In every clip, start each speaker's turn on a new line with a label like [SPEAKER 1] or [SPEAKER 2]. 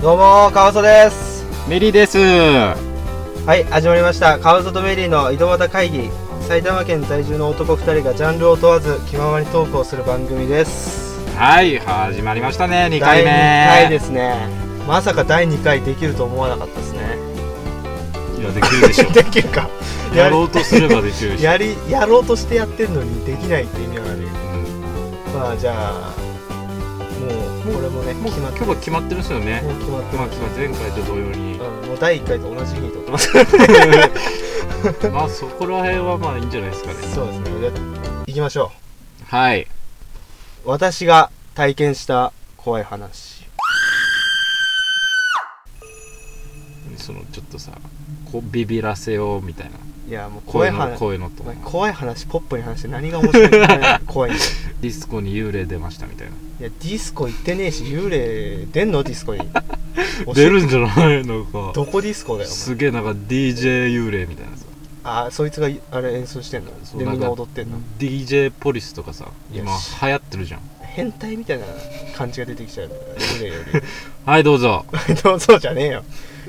[SPEAKER 1] どうもカワソです
[SPEAKER 2] メリーです。
[SPEAKER 1] はい始まりましたカワソとメリーの井戸端会議埼玉県在住の男2人がジャンルを問わず気ままにトークをする番組です
[SPEAKER 2] はい、始まりましたね、2回目。
[SPEAKER 1] 第2回ですねまさか第2回できると思わなかったですね
[SPEAKER 2] いや、できるでしょ。
[SPEAKER 1] できるか
[SPEAKER 2] やろうとすればできるでしょ。
[SPEAKER 1] やりやろうとしてやってるのにできないって意味はあるよ
[SPEAKER 2] うん
[SPEAKER 1] まあじゃあもうこれもね
[SPEAKER 2] もう
[SPEAKER 1] 決まって
[SPEAKER 2] 今日は決まってるんですよね。
[SPEAKER 1] もう決まって
[SPEAKER 2] まあ、
[SPEAKER 1] ま
[SPEAKER 2] 決まって前回と同様に。
[SPEAKER 1] す、うんもう第1回と同じ日に撮ってます
[SPEAKER 2] まあ、そこら辺はまあいいんじゃないですかね。
[SPEAKER 1] そうですねじゃあ行きましょう
[SPEAKER 2] はい。
[SPEAKER 1] 私が体験した怖い話
[SPEAKER 2] その、ちょっとさ、こうビビらせようみたいな。
[SPEAKER 1] いやもう怖
[SPEAKER 2] 声
[SPEAKER 1] い
[SPEAKER 2] の、
[SPEAKER 1] 話
[SPEAKER 2] 声のと
[SPEAKER 1] お。前怖い話ポップに話して何が面白いの怖い んだよ
[SPEAKER 2] ディスコに幽霊出ましたみたいな。
[SPEAKER 1] いやディスコ行ってねえし幽霊出んのディスコに教え
[SPEAKER 2] 出るんじゃないのか。
[SPEAKER 1] どこディスコだよお前
[SPEAKER 2] すげえなんか DJ 幽霊みたいなさ。
[SPEAKER 1] あそいつがあれ演奏してんの
[SPEAKER 2] そう
[SPEAKER 1] で
[SPEAKER 2] な
[SPEAKER 1] み
[SPEAKER 2] ん
[SPEAKER 1] ん
[SPEAKER 2] か
[SPEAKER 1] な踊ってんの
[SPEAKER 2] DJ ポリスとかさ、今
[SPEAKER 1] よし
[SPEAKER 2] 流行ってるじゃん。
[SPEAKER 1] 変態みたいな感じが出てきちゃう幽霊より
[SPEAKER 2] はい、どうぞ。
[SPEAKER 1] そうそうじゃねえよ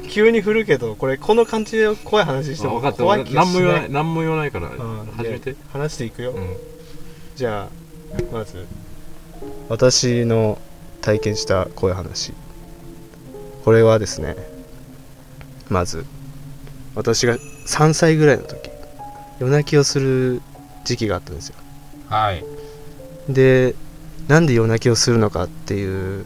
[SPEAKER 1] 急に振るけどこれこの感じで怖い話して
[SPEAKER 2] あ
[SPEAKER 1] も
[SPEAKER 2] 分かった
[SPEAKER 1] 怖い
[SPEAKER 2] 俺
[SPEAKER 1] 気が
[SPEAKER 2] 何
[SPEAKER 1] し
[SPEAKER 2] も言わな
[SPEAKER 1] ないい
[SPEAKER 2] 何も言わないから
[SPEAKER 1] うん
[SPEAKER 2] 始めて
[SPEAKER 1] で話していくよ、
[SPEAKER 2] うん
[SPEAKER 1] じゃあまず私の体験したこういう話これはですねまず私が3歳ぐらいの時夜泣きをする時期があったんですよ
[SPEAKER 2] はい
[SPEAKER 1] でなんで夜泣きをするのかっていう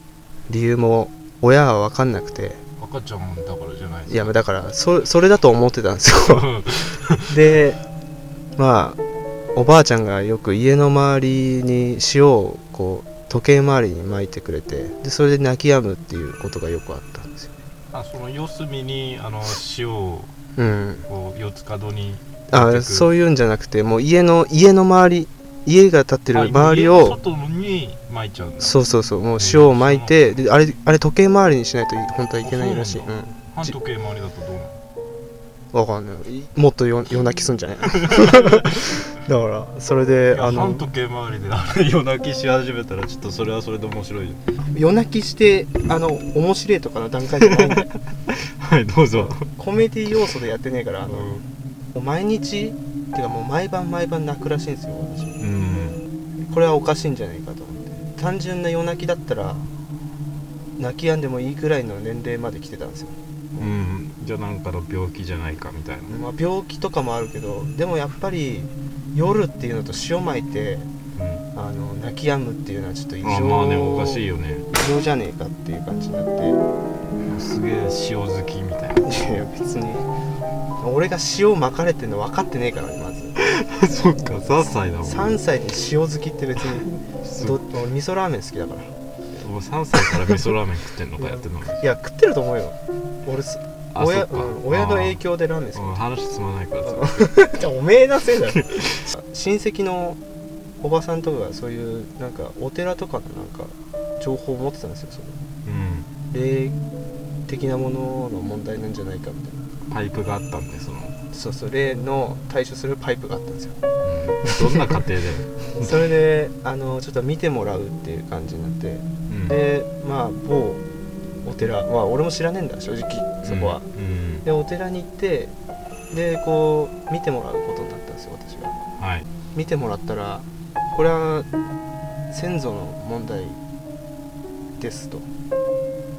[SPEAKER 1] 理由も親は分かんなくて
[SPEAKER 2] 赤ちゃんだからじゃない
[SPEAKER 1] いやだからそそれだと思ってたんですよでまあおばあちゃんがよく家の周りに塩をこう時計回りに巻いてくれてでそれで泣き止むっていうことがよくあったんですよ、
[SPEAKER 2] あその四隅にあの塩を
[SPEAKER 1] うん、
[SPEAKER 2] こう四つ角に巻いて
[SPEAKER 1] あ
[SPEAKER 2] く
[SPEAKER 1] そういうんじゃなくてもう家の家の周り家が建ってる
[SPEAKER 2] あ
[SPEAKER 1] 周り
[SPEAKER 2] 家の
[SPEAKER 1] を
[SPEAKER 2] 外に巻いちゃうんだ
[SPEAKER 1] そうそうそうもう塩を巻いてであれあれ時計回りにしないとい本当はいけないらしい、
[SPEAKER 2] あ
[SPEAKER 1] う
[SPEAKER 2] そうなん
[SPEAKER 1] ん、
[SPEAKER 2] 半時計回りだとどうなの
[SPEAKER 1] わかんないいもっと夜夜泣きすんじ ゃないだからそれで
[SPEAKER 2] いや
[SPEAKER 1] あの
[SPEAKER 2] 半時計回りであれ夜泣きし始めたらちょっとそれはそれで面白いよ
[SPEAKER 1] 夜泣きしてあの面白いとかの段階じゃないんだよ
[SPEAKER 2] はいどうぞ
[SPEAKER 1] コメディ要素でやってねえからあ
[SPEAKER 2] う
[SPEAKER 1] のもう毎日ってかもう毎晩毎晩泣くらしいんですよ私
[SPEAKER 2] ん
[SPEAKER 1] これはおかしいんじゃないかと思って単純な夜泣きだったら泣き止んでもいいくらいの年齢まで来てたんですよ、
[SPEAKER 2] うんじゃあなんかの病気じゃないかみたいな
[SPEAKER 1] まあ、病気とかもあるけどでもやっぱり夜っていうのと塩まいて
[SPEAKER 2] うん
[SPEAKER 1] あの泣き止むっていうのはちょっと異常
[SPEAKER 2] あまあねおかしいよね
[SPEAKER 1] 異常じゃねえかっていう感じになって
[SPEAKER 2] すげえ塩好きみたいな
[SPEAKER 1] いやいや別に俺が塩まかれてるの分かってねえからねまず
[SPEAKER 2] そっか3歳だもん
[SPEAKER 1] 3歳で塩好きって別に
[SPEAKER 2] す
[SPEAKER 1] ど俺味噌ラーメン好きだからい
[SPEAKER 2] もう3歳から味噌ラーメン食ってんのかやってんのか
[SPEAKER 1] や食ってると思うよ俺す
[SPEAKER 2] あ
[SPEAKER 1] 親
[SPEAKER 2] そっか
[SPEAKER 1] うん親の影響でラーメン
[SPEAKER 2] あーうん
[SPEAKER 1] 好
[SPEAKER 2] 話進まないからさ
[SPEAKER 1] きおめえのせいだろ親戚のおばさんとかがそういうなんかお寺とかのなんか情報を持ってたんですよその
[SPEAKER 2] う
[SPEAKER 1] 霊
[SPEAKER 2] ん
[SPEAKER 1] 的なものの問題なんじゃないかみたい
[SPEAKER 2] パイプがあったんでその、
[SPEAKER 1] なそうそう霊の対処するパイプがあったんですよ
[SPEAKER 2] うん、どんな家庭で、
[SPEAKER 1] それであのちょっと見てもらうっていう感じになって
[SPEAKER 2] うん、
[SPEAKER 1] でまあ某お寺まあ俺も知らねえんだ正直そこは、
[SPEAKER 2] うん、
[SPEAKER 1] でお寺に行ってでこう見てもらうことになったんですよ私が
[SPEAKER 2] うんはい
[SPEAKER 1] 見てもらったらこれは先祖の問題ですと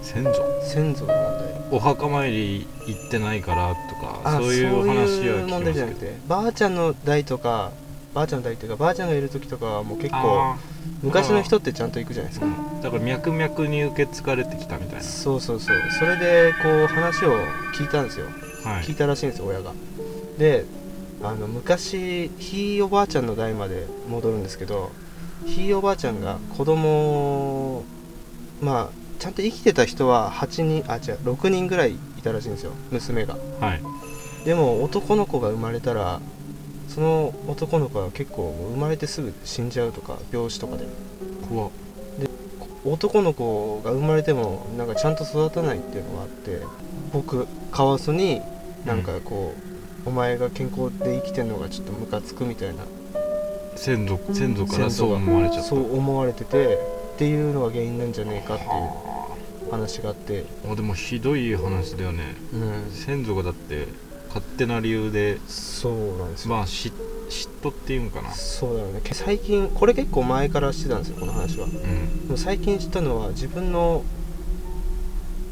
[SPEAKER 2] 先祖
[SPEAKER 1] 先祖の問題
[SPEAKER 2] お墓参り行ってないからとか
[SPEAKER 1] あ
[SPEAKER 2] そういう話は
[SPEAKER 1] そういう
[SPEAKER 2] 聞き
[SPEAKER 1] 問
[SPEAKER 2] ます
[SPEAKER 1] 題じゃな
[SPEAKER 2] け
[SPEAKER 1] く
[SPEAKER 2] ど
[SPEAKER 1] てばあちゃんの代とかばあちゃんの代っていうかばあちゃんがいる時とかはもう結構
[SPEAKER 2] あ
[SPEAKER 1] 昔の人ってちゃんと行くじゃないですか
[SPEAKER 2] ーうんだから脈々に受け継がれてきたみたい
[SPEAKER 1] そうそうそうそれでこう話を聞いたんですよ
[SPEAKER 2] なは
[SPEAKER 1] 聞い
[SPEAKER 2] い
[SPEAKER 1] たらしいんですよ親がであの昔ひいおばあちゃんの代まで戻るんですけどひいおばあちゃんが子供をまあちゃんと生きてた人は8人あ違う6人ぐらいいたらしいんですよ娘が
[SPEAKER 2] はい
[SPEAKER 1] でも男の子が生まれたらその男の子は結構もう生まれてすぐ死んじゃうとか病死とかで
[SPEAKER 2] 怖っ
[SPEAKER 1] 男の子が生まれてもなんかちゃんと育たないっていうのがあって僕カワウソになんかこう、お前が健康で生きてるのがちょっとムカつくみたいな
[SPEAKER 2] 先祖先祖から
[SPEAKER 1] 先
[SPEAKER 2] そ
[SPEAKER 1] 祖
[SPEAKER 2] う
[SPEAKER 1] が
[SPEAKER 2] 思われちゃった
[SPEAKER 1] そう思われててっていうのが原因なんじゃねえかっていう話があって、
[SPEAKER 2] あでもひどい話だよね
[SPEAKER 1] うん、
[SPEAKER 2] 先祖がだって勝手な理由で
[SPEAKER 1] そうなんですよ、
[SPEAKER 2] まあし嫉妬っていうんかな
[SPEAKER 1] そうだよねけ最近これ結構前からしてたんですよこの話はで
[SPEAKER 2] うん
[SPEAKER 1] も最近知ったのは自分の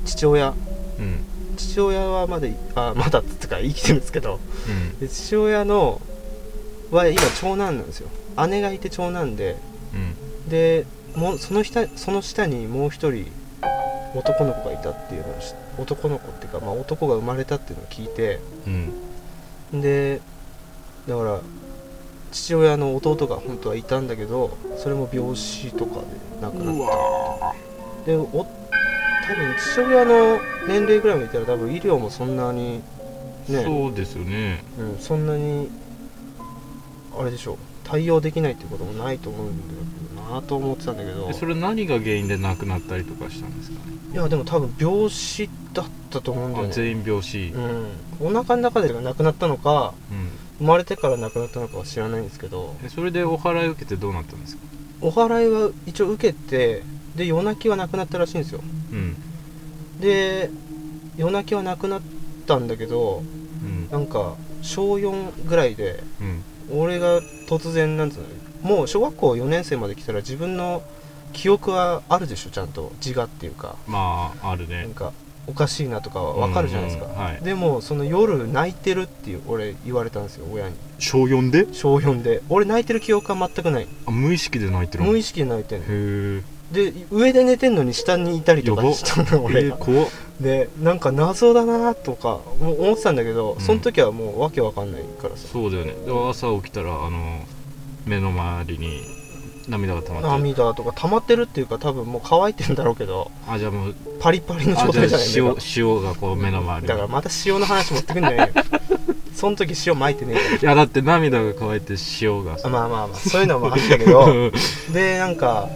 [SPEAKER 1] 父親
[SPEAKER 2] うん
[SPEAKER 1] 父親はまだあまだっつうか生きてるんですけど
[SPEAKER 2] うん
[SPEAKER 1] で父親のは今長男なんですよ姉がいて長男で
[SPEAKER 2] うん
[SPEAKER 1] でもうその下その下にもう一人男の子がいたっていうのを知男の子っていうか、まあ、男が生まれたっていうのを聞いて
[SPEAKER 2] うん
[SPEAKER 1] でだから父親の弟が本当はいたんだけどそれも病死とかで亡くなっ
[SPEAKER 2] うわ
[SPEAKER 1] てでお多分父親の年齢ぐらいまでいたら多分医療もそんなに
[SPEAKER 2] ー
[SPEAKER 1] ね
[SPEAKER 2] そうですよね
[SPEAKER 1] うん、そんなにあれでしょう対応できないってこともないと思うんだけどなと思ってたんだけど
[SPEAKER 2] えそれ何が原因で亡くなったりとかしたんですかね
[SPEAKER 1] いやでも多分病死だったと思うんだよ
[SPEAKER 2] あ
[SPEAKER 1] ね
[SPEAKER 2] 全員病死
[SPEAKER 1] うん、お腹の中で亡くなったのか
[SPEAKER 2] うん
[SPEAKER 1] 生まれてから亡くなったのかは知らないんですけど
[SPEAKER 2] えそれでお祓い受けてどうなったんですか
[SPEAKER 1] お祓いは一応受けてで夜泣きはなくなったらしいんですよ
[SPEAKER 2] うん
[SPEAKER 1] で夜泣きはなくなったんだけど
[SPEAKER 2] うん
[SPEAKER 1] なんか小4ぐらいで
[SPEAKER 2] うん
[SPEAKER 1] 俺が突然なんつうのもう小学校4年生まで来たら自分の記憶はあるでしょちゃんと自我っていうか
[SPEAKER 2] まあある
[SPEAKER 1] な
[SPEAKER 2] ね
[SPEAKER 1] んかおかしいなとかは分かるじゃないですか、
[SPEAKER 2] うんうんはい
[SPEAKER 1] でもその夜泣いてるっていう俺言われたんですよ親に
[SPEAKER 2] 小4で
[SPEAKER 1] 小4で俺泣いてる記憶は全くない
[SPEAKER 2] あ無意識で泣いてるの
[SPEAKER 1] 無
[SPEAKER 2] へ
[SPEAKER 1] 意識で泣いてんの
[SPEAKER 2] え
[SPEAKER 1] で上で寝てんのに下にいたりとか
[SPEAKER 2] やば
[SPEAKER 1] したの俺
[SPEAKER 2] え
[SPEAKER 1] が、
[SPEAKER 2] 怖っ
[SPEAKER 1] でなんか謎だなとかも思ってたんだけど、
[SPEAKER 2] うん
[SPEAKER 1] その時はもうわけわかんないからさ
[SPEAKER 2] そうだよねで朝起きたらあの目の周りに涙が溜まってる
[SPEAKER 1] 涙とか溜まってるっていうか多分もう乾いてんだろうけど
[SPEAKER 2] あじゃあもう
[SPEAKER 1] パリパリの
[SPEAKER 2] あ
[SPEAKER 1] 状
[SPEAKER 2] じゃ
[SPEAKER 1] 態
[SPEAKER 2] あ
[SPEAKER 1] じゃない目が
[SPEAKER 2] 塩塩がこう目の周りに
[SPEAKER 1] だからまた塩の話持ってくんじゃ ねえよその時塩まいてねえから
[SPEAKER 2] いやだって涙が乾いて塩が
[SPEAKER 1] あまあまあまあそういうのもあったけ どでなんか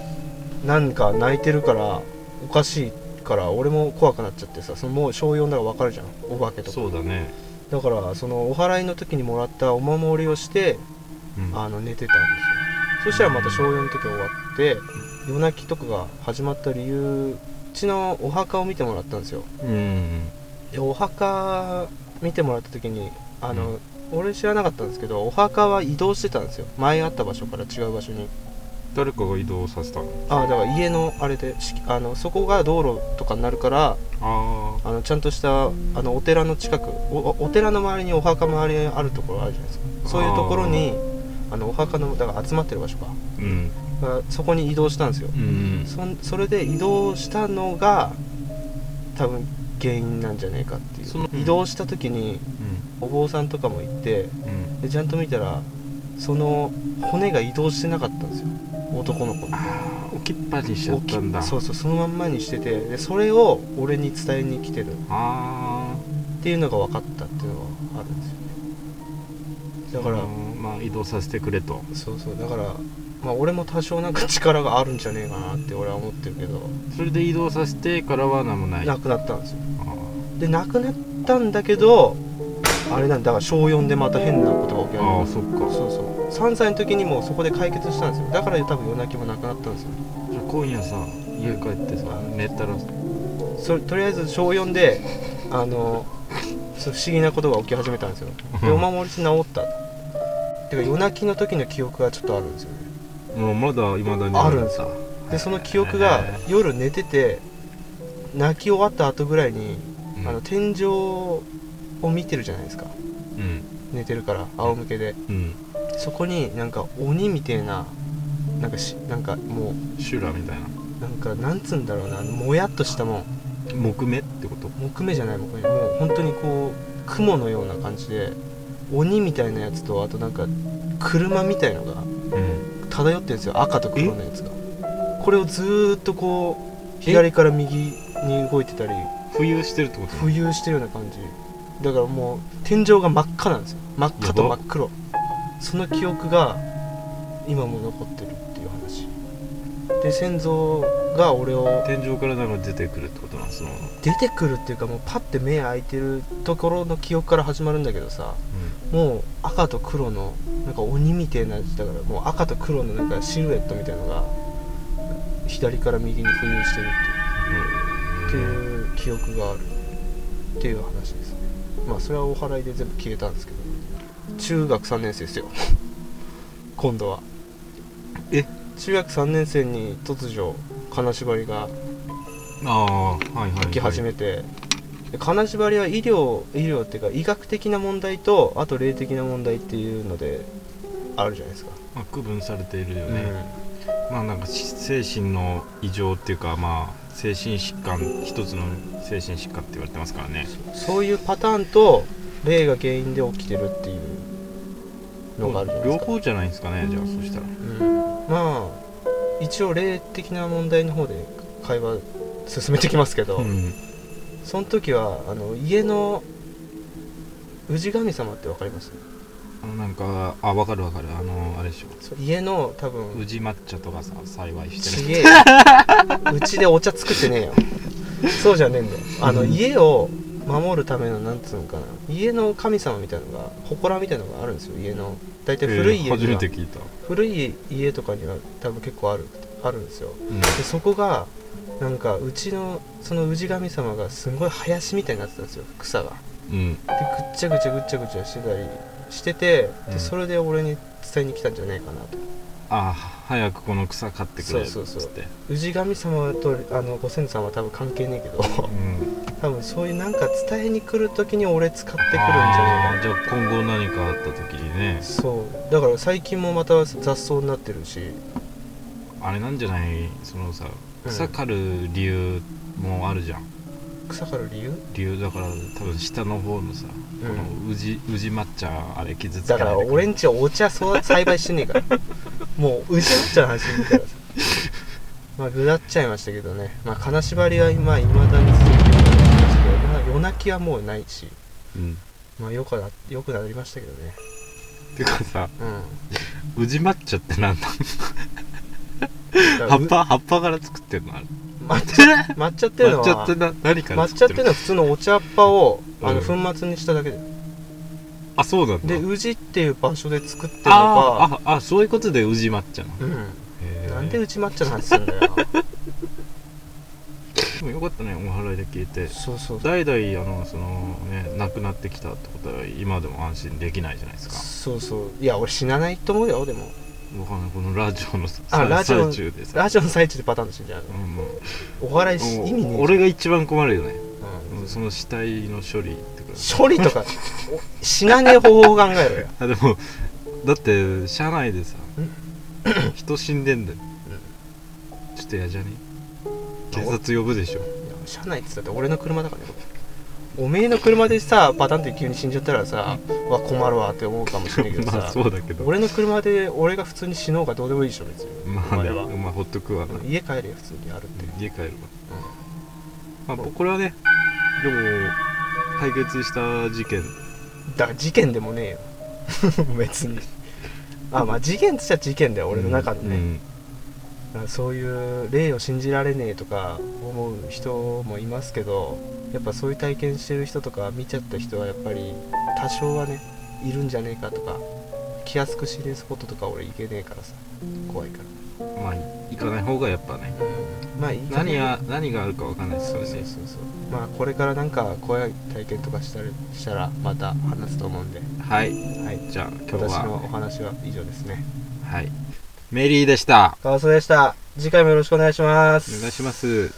[SPEAKER 1] なんか泣いてるからおかしいから俺も怖くなっちゃってさそのもう小4ならわかるじゃんお化けとか
[SPEAKER 2] そうだね、
[SPEAKER 1] だからそのお祓いの時にもらったお守りをして
[SPEAKER 2] うん、
[SPEAKER 1] あの寝てたんですよそしたらまた小4の時終わって夜泣きとかが始まった理由うちのお墓を見てもらったんですよ
[SPEAKER 2] うん
[SPEAKER 1] でお墓見てもらった時にあの、俺知らなかったんですけどお墓は移動してたんですよ前あった場所から違う場所に
[SPEAKER 2] 誰かが移動させたの
[SPEAKER 1] ああだから家のあれでしあのそこが道路とかになるから
[SPEAKER 2] あ
[SPEAKER 1] あのちゃんとしたあのお寺の近くおお寺の周りにお墓周りにあるところあるじゃないですかそういうところにあのお墓のだから集まってる場所か
[SPEAKER 2] あうん
[SPEAKER 1] だからそこに移動したんですよ
[SPEAKER 2] うん
[SPEAKER 1] そんそれで移動したのが多分原因なんじゃないかってい
[SPEAKER 2] その
[SPEAKER 1] う移動した時にお坊さんとかも行って
[SPEAKER 2] うん
[SPEAKER 1] でちゃんと見たらその骨が移動してなかったんですよ男の子の
[SPEAKER 2] ああ置きっぱにしちゃったんだ
[SPEAKER 1] 大きそうそうそのまんまにしててでそれを俺に伝えに来てるっ
[SPEAKER 2] あ
[SPEAKER 1] ていうのが分かったっていうのがあるんです
[SPEAKER 2] あ
[SPEAKER 1] よねだから
[SPEAKER 2] まあ移動させてくれと
[SPEAKER 1] そうそうだからまあ俺も多少なんか力があるんじゃねえかなって俺は思ってるけど
[SPEAKER 2] それで移動させてからは何もない
[SPEAKER 1] 亡くなったんですよ
[SPEAKER 2] あー
[SPEAKER 1] で亡くなったんだけどあれなんだだから小4でまた変なことが起き
[SPEAKER 2] あ
[SPEAKER 1] る
[SPEAKER 2] ーそっ
[SPEAKER 1] そう
[SPEAKER 2] か
[SPEAKER 1] そう3歳の時にもうそこで解決したんですよだから多分夜泣きもなくなったんですよ
[SPEAKER 2] じゃあ今夜さ家帰ってさ寝たら
[SPEAKER 1] それとりあえず小4であのそう不思議なことが起き始めたんですよでお守りして治ったてか夜泣きの時の記憶がちょっとあるんですよね
[SPEAKER 2] もうまだいまだに
[SPEAKER 1] あるんですよでその記憶が
[SPEAKER 2] へ
[SPEAKER 1] 夜寝てて泣き終わった後ぐらいに
[SPEAKER 2] うん
[SPEAKER 1] あの天井を見てるじゃないですか
[SPEAKER 2] うん
[SPEAKER 1] 寝てるから仰向けで
[SPEAKER 2] うん
[SPEAKER 1] そこになんか鬼みてえななんかしなんかも
[SPEAKER 2] シュラみたいな
[SPEAKER 1] うなんかなんつうんだろうなもやっとしたもん
[SPEAKER 2] 木目ってこと
[SPEAKER 1] 木目じゃない木目もう本当にこう雲のような感じで鬼みたいなやつとあとなんか車みたいのが
[SPEAKER 2] うん
[SPEAKER 1] 漂ってるんですよ赤と黒のやつがこれをずーっとこう
[SPEAKER 2] え
[SPEAKER 1] 左から右に動いてたり
[SPEAKER 2] 浮遊してるってこと
[SPEAKER 1] 浮遊してるような感じだからもう天井が真っ赤なんですよ真っ赤と真っ黒その記憶が今も残ってるっていう話で先祖が俺を
[SPEAKER 2] 天井からなんか出てくるってことなんその
[SPEAKER 1] 出てくるっていうかもうパッて目開いてるところの記憶から始まるんだけどさもう赤と黒のなんか鬼みたいなやつだからもう赤と黒のなんかシルエットみたいのが左から右に浮遊してるっていうっていう記憶があるっていう話ですねまあそれはお祓いで全部消えたんですけど中学3年生ですよ今度は
[SPEAKER 2] え
[SPEAKER 1] 中学3年生に突如金縛りが
[SPEAKER 2] ああはいはい、はい、
[SPEAKER 1] 起き始めて、で金縛りは医療医療っていうか医学的な問題とあと霊的な問題っていうのであるじゃないですか、
[SPEAKER 2] まあ、区分されているよ
[SPEAKER 1] うん
[SPEAKER 2] ね、まあなんかし精神の異常っていうかまあ精神疾患一つの精神疾患って言われてますからね
[SPEAKER 1] そういうパターンと霊が原因で起きてるっていうのがあるじゃないです
[SPEAKER 2] 両
[SPEAKER 1] か、
[SPEAKER 2] 方じゃないですかねじゃあそしたら
[SPEAKER 1] うんまあ一応霊的な問題の方で会話進めてきますけど、
[SPEAKER 2] ん
[SPEAKER 1] その時はあの家の氏神様って分かります
[SPEAKER 2] あのなんかあ分かる分かるあのあれでしょ
[SPEAKER 1] そう家の多分
[SPEAKER 2] 宇治抹茶とかさ幸いして
[SPEAKER 1] ち
[SPEAKER 2] る
[SPEAKER 1] げえようちでお茶作ってねえよそうじゃねえんだよあの、
[SPEAKER 2] うん
[SPEAKER 1] 家を守るためのなんつうのかな家の神様みたいなのが祠みたいなのがあるんですよ家の大体古い
[SPEAKER 2] え
[SPEAKER 1] 家
[SPEAKER 2] ー
[SPEAKER 1] に
[SPEAKER 2] 初め
[SPEAKER 1] は、
[SPEAKER 2] て聞いた、
[SPEAKER 1] 古い家とかには多分結構あるあるんですよ
[SPEAKER 2] うん
[SPEAKER 1] でそこがなんかうちのその氏神様がすごい林みたいになってたんですよ草が
[SPEAKER 2] うん、
[SPEAKER 1] でぐっちゃぐちゃぐっちゃぐちゃしてたりしてて、
[SPEAKER 2] う
[SPEAKER 1] で
[SPEAKER 2] ん
[SPEAKER 1] それで俺に伝えに来たんじゃないかなと
[SPEAKER 2] あ早くこの草買ってくれっつって
[SPEAKER 1] そうそうそう氏神様とあのご先祖様は多分関係ねえけど
[SPEAKER 2] うん、
[SPEAKER 1] 多分そういうなんか伝えに来る時に俺使ってくるんじゃ
[SPEAKER 2] あ
[SPEAKER 1] ね
[SPEAKER 2] ーじゃあ今後何かあった時にね
[SPEAKER 1] えかそうだから最近もまた雑草になってるし
[SPEAKER 2] あれなんじゃないそのさ
[SPEAKER 1] うん
[SPEAKER 2] 草刈る理由もあるじゃん
[SPEAKER 1] 草から理由
[SPEAKER 2] 理由だから多分下の方のさ、
[SPEAKER 1] うん
[SPEAKER 2] この宇治宇治抹茶あれ傷つけ
[SPEAKER 1] だ
[SPEAKER 2] ない
[SPEAKER 1] から俺んちはお茶そう栽培してねえ からもううちのっちゃう話みたいなさまあぐだっちゃいましたけどねまあ金縛りは今いまだに続いてるんですけど、まあ、夜泣きはもうないし
[SPEAKER 2] うん
[SPEAKER 1] まあよくなよくなりましたけどね
[SPEAKER 2] てかさ
[SPEAKER 1] う
[SPEAKER 2] 宇治抹茶ってなんだ
[SPEAKER 1] んだから
[SPEAKER 2] 葉
[SPEAKER 1] う
[SPEAKER 2] っぱ葉っぱから作ってんのあれ
[SPEAKER 1] 抹茶抹茶っていうの
[SPEAKER 2] 抹茶
[SPEAKER 1] は
[SPEAKER 2] ってな何から
[SPEAKER 1] 抹茶っていう
[SPEAKER 2] の
[SPEAKER 1] のは普通のお茶っ葉をあの
[SPEAKER 2] う
[SPEAKER 1] 粉末にしただけで、
[SPEAKER 2] あそうなんだ
[SPEAKER 1] で宇治っていう場所で作ってるのが
[SPEAKER 2] あーああそういうことで宇治抹茶なの
[SPEAKER 1] うん
[SPEAKER 2] へー
[SPEAKER 1] なんで宇治抹茶の話すん だよ
[SPEAKER 2] でもよかったねお祓いで聞いて
[SPEAKER 1] そうそう
[SPEAKER 2] 代々あのそのね亡くなってきたってことは今でも安心できないじゃないですか
[SPEAKER 1] そうそういや俺死なないと思うよでも
[SPEAKER 2] わかんないこのラジオのさ
[SPEAKER 1] あラジオ
[SPEAKER 2] 最中でさ
[SPEAKER 1] ラジオの最中でパターンとしてんじゃん
[SPEAKER 2] うんもう
[SPEAKER 1] お笑いし意味ねえじゃん
[SPEAKER 2] 俺が一番困るよね
[SPEAKER 1] うん
[SPEAKER 2] その死体の処理ってか
[SPEAKER 1] 処理とかお死なねえ方法を考えろよ
[SPEAKER 2] あでもだって車内でさ人死んでんだよ、ちょっと嫌じゃね警察呼ぶでしょ
[SPEAKER 1] いや車内って言ったって俺の車だからねこれおめえの車でさパターンって急に死んじゃったらさ、うわ困るわって思うかもしれないけどさ、
[SPEAKER 2] まあそうだけど
[SPEAKER 1] 俺の車で俺が普通に死のうがどうでもいいでしょ別に、
[SPEAKER 2] まあ
[SPEAKER 1] お
[SPEAKER 2] ね
[SPEAKER 1] 前は
[SPEAKER 2] まあほっとくわな、
[SPEAKER 1] うん家帰れよ普通にあるって、
[SPEAKER 2] 家帰るわまあこれはねでも解決した事件
[SPEAKER 1] だから事件でもねえよ 別にあまあ事件っちゃ事件だよ俺の中でね、
[SPEAKER 2] うん
[SPEAKER 1] なんかそういう霊を信じられねえとか思う人もいますけどやっぱそういう体験してる人とか見ちゃった人はやっぱり多少はねいるんじゃねえかとか気安く死ねえスポットとか俺行けねえからさ怖いか
[SPEAKER 2] まあ行かない方がやっぱね
[SPEAKER 1] ら、まあいいかな
[SPEAKER 2] 何が何があるかわかんないです
[SPEAKER 1] そ
[SPEAKER 2] よ
[SPEAKER 1] うそうそう
[SPEAKER 2] ね
[SPEAKER 1] そうまあこれからなんか怖い体験とかしたりしたらまた話すと思うんで、
[SPEAKER 2] はい
[SPEAKER 1] はい、
[SPEAKER 2] じゃあ今日
[SPEAKER 1] 私のお
[SPEAKER 2] は
[SPEAKER 1] 話は以上ですね
[SPEAKER 2] はいメリーでした
[SPEAKER 1] 川添でした次回もよろしくお願いします
[SPEAKER 2] お願いします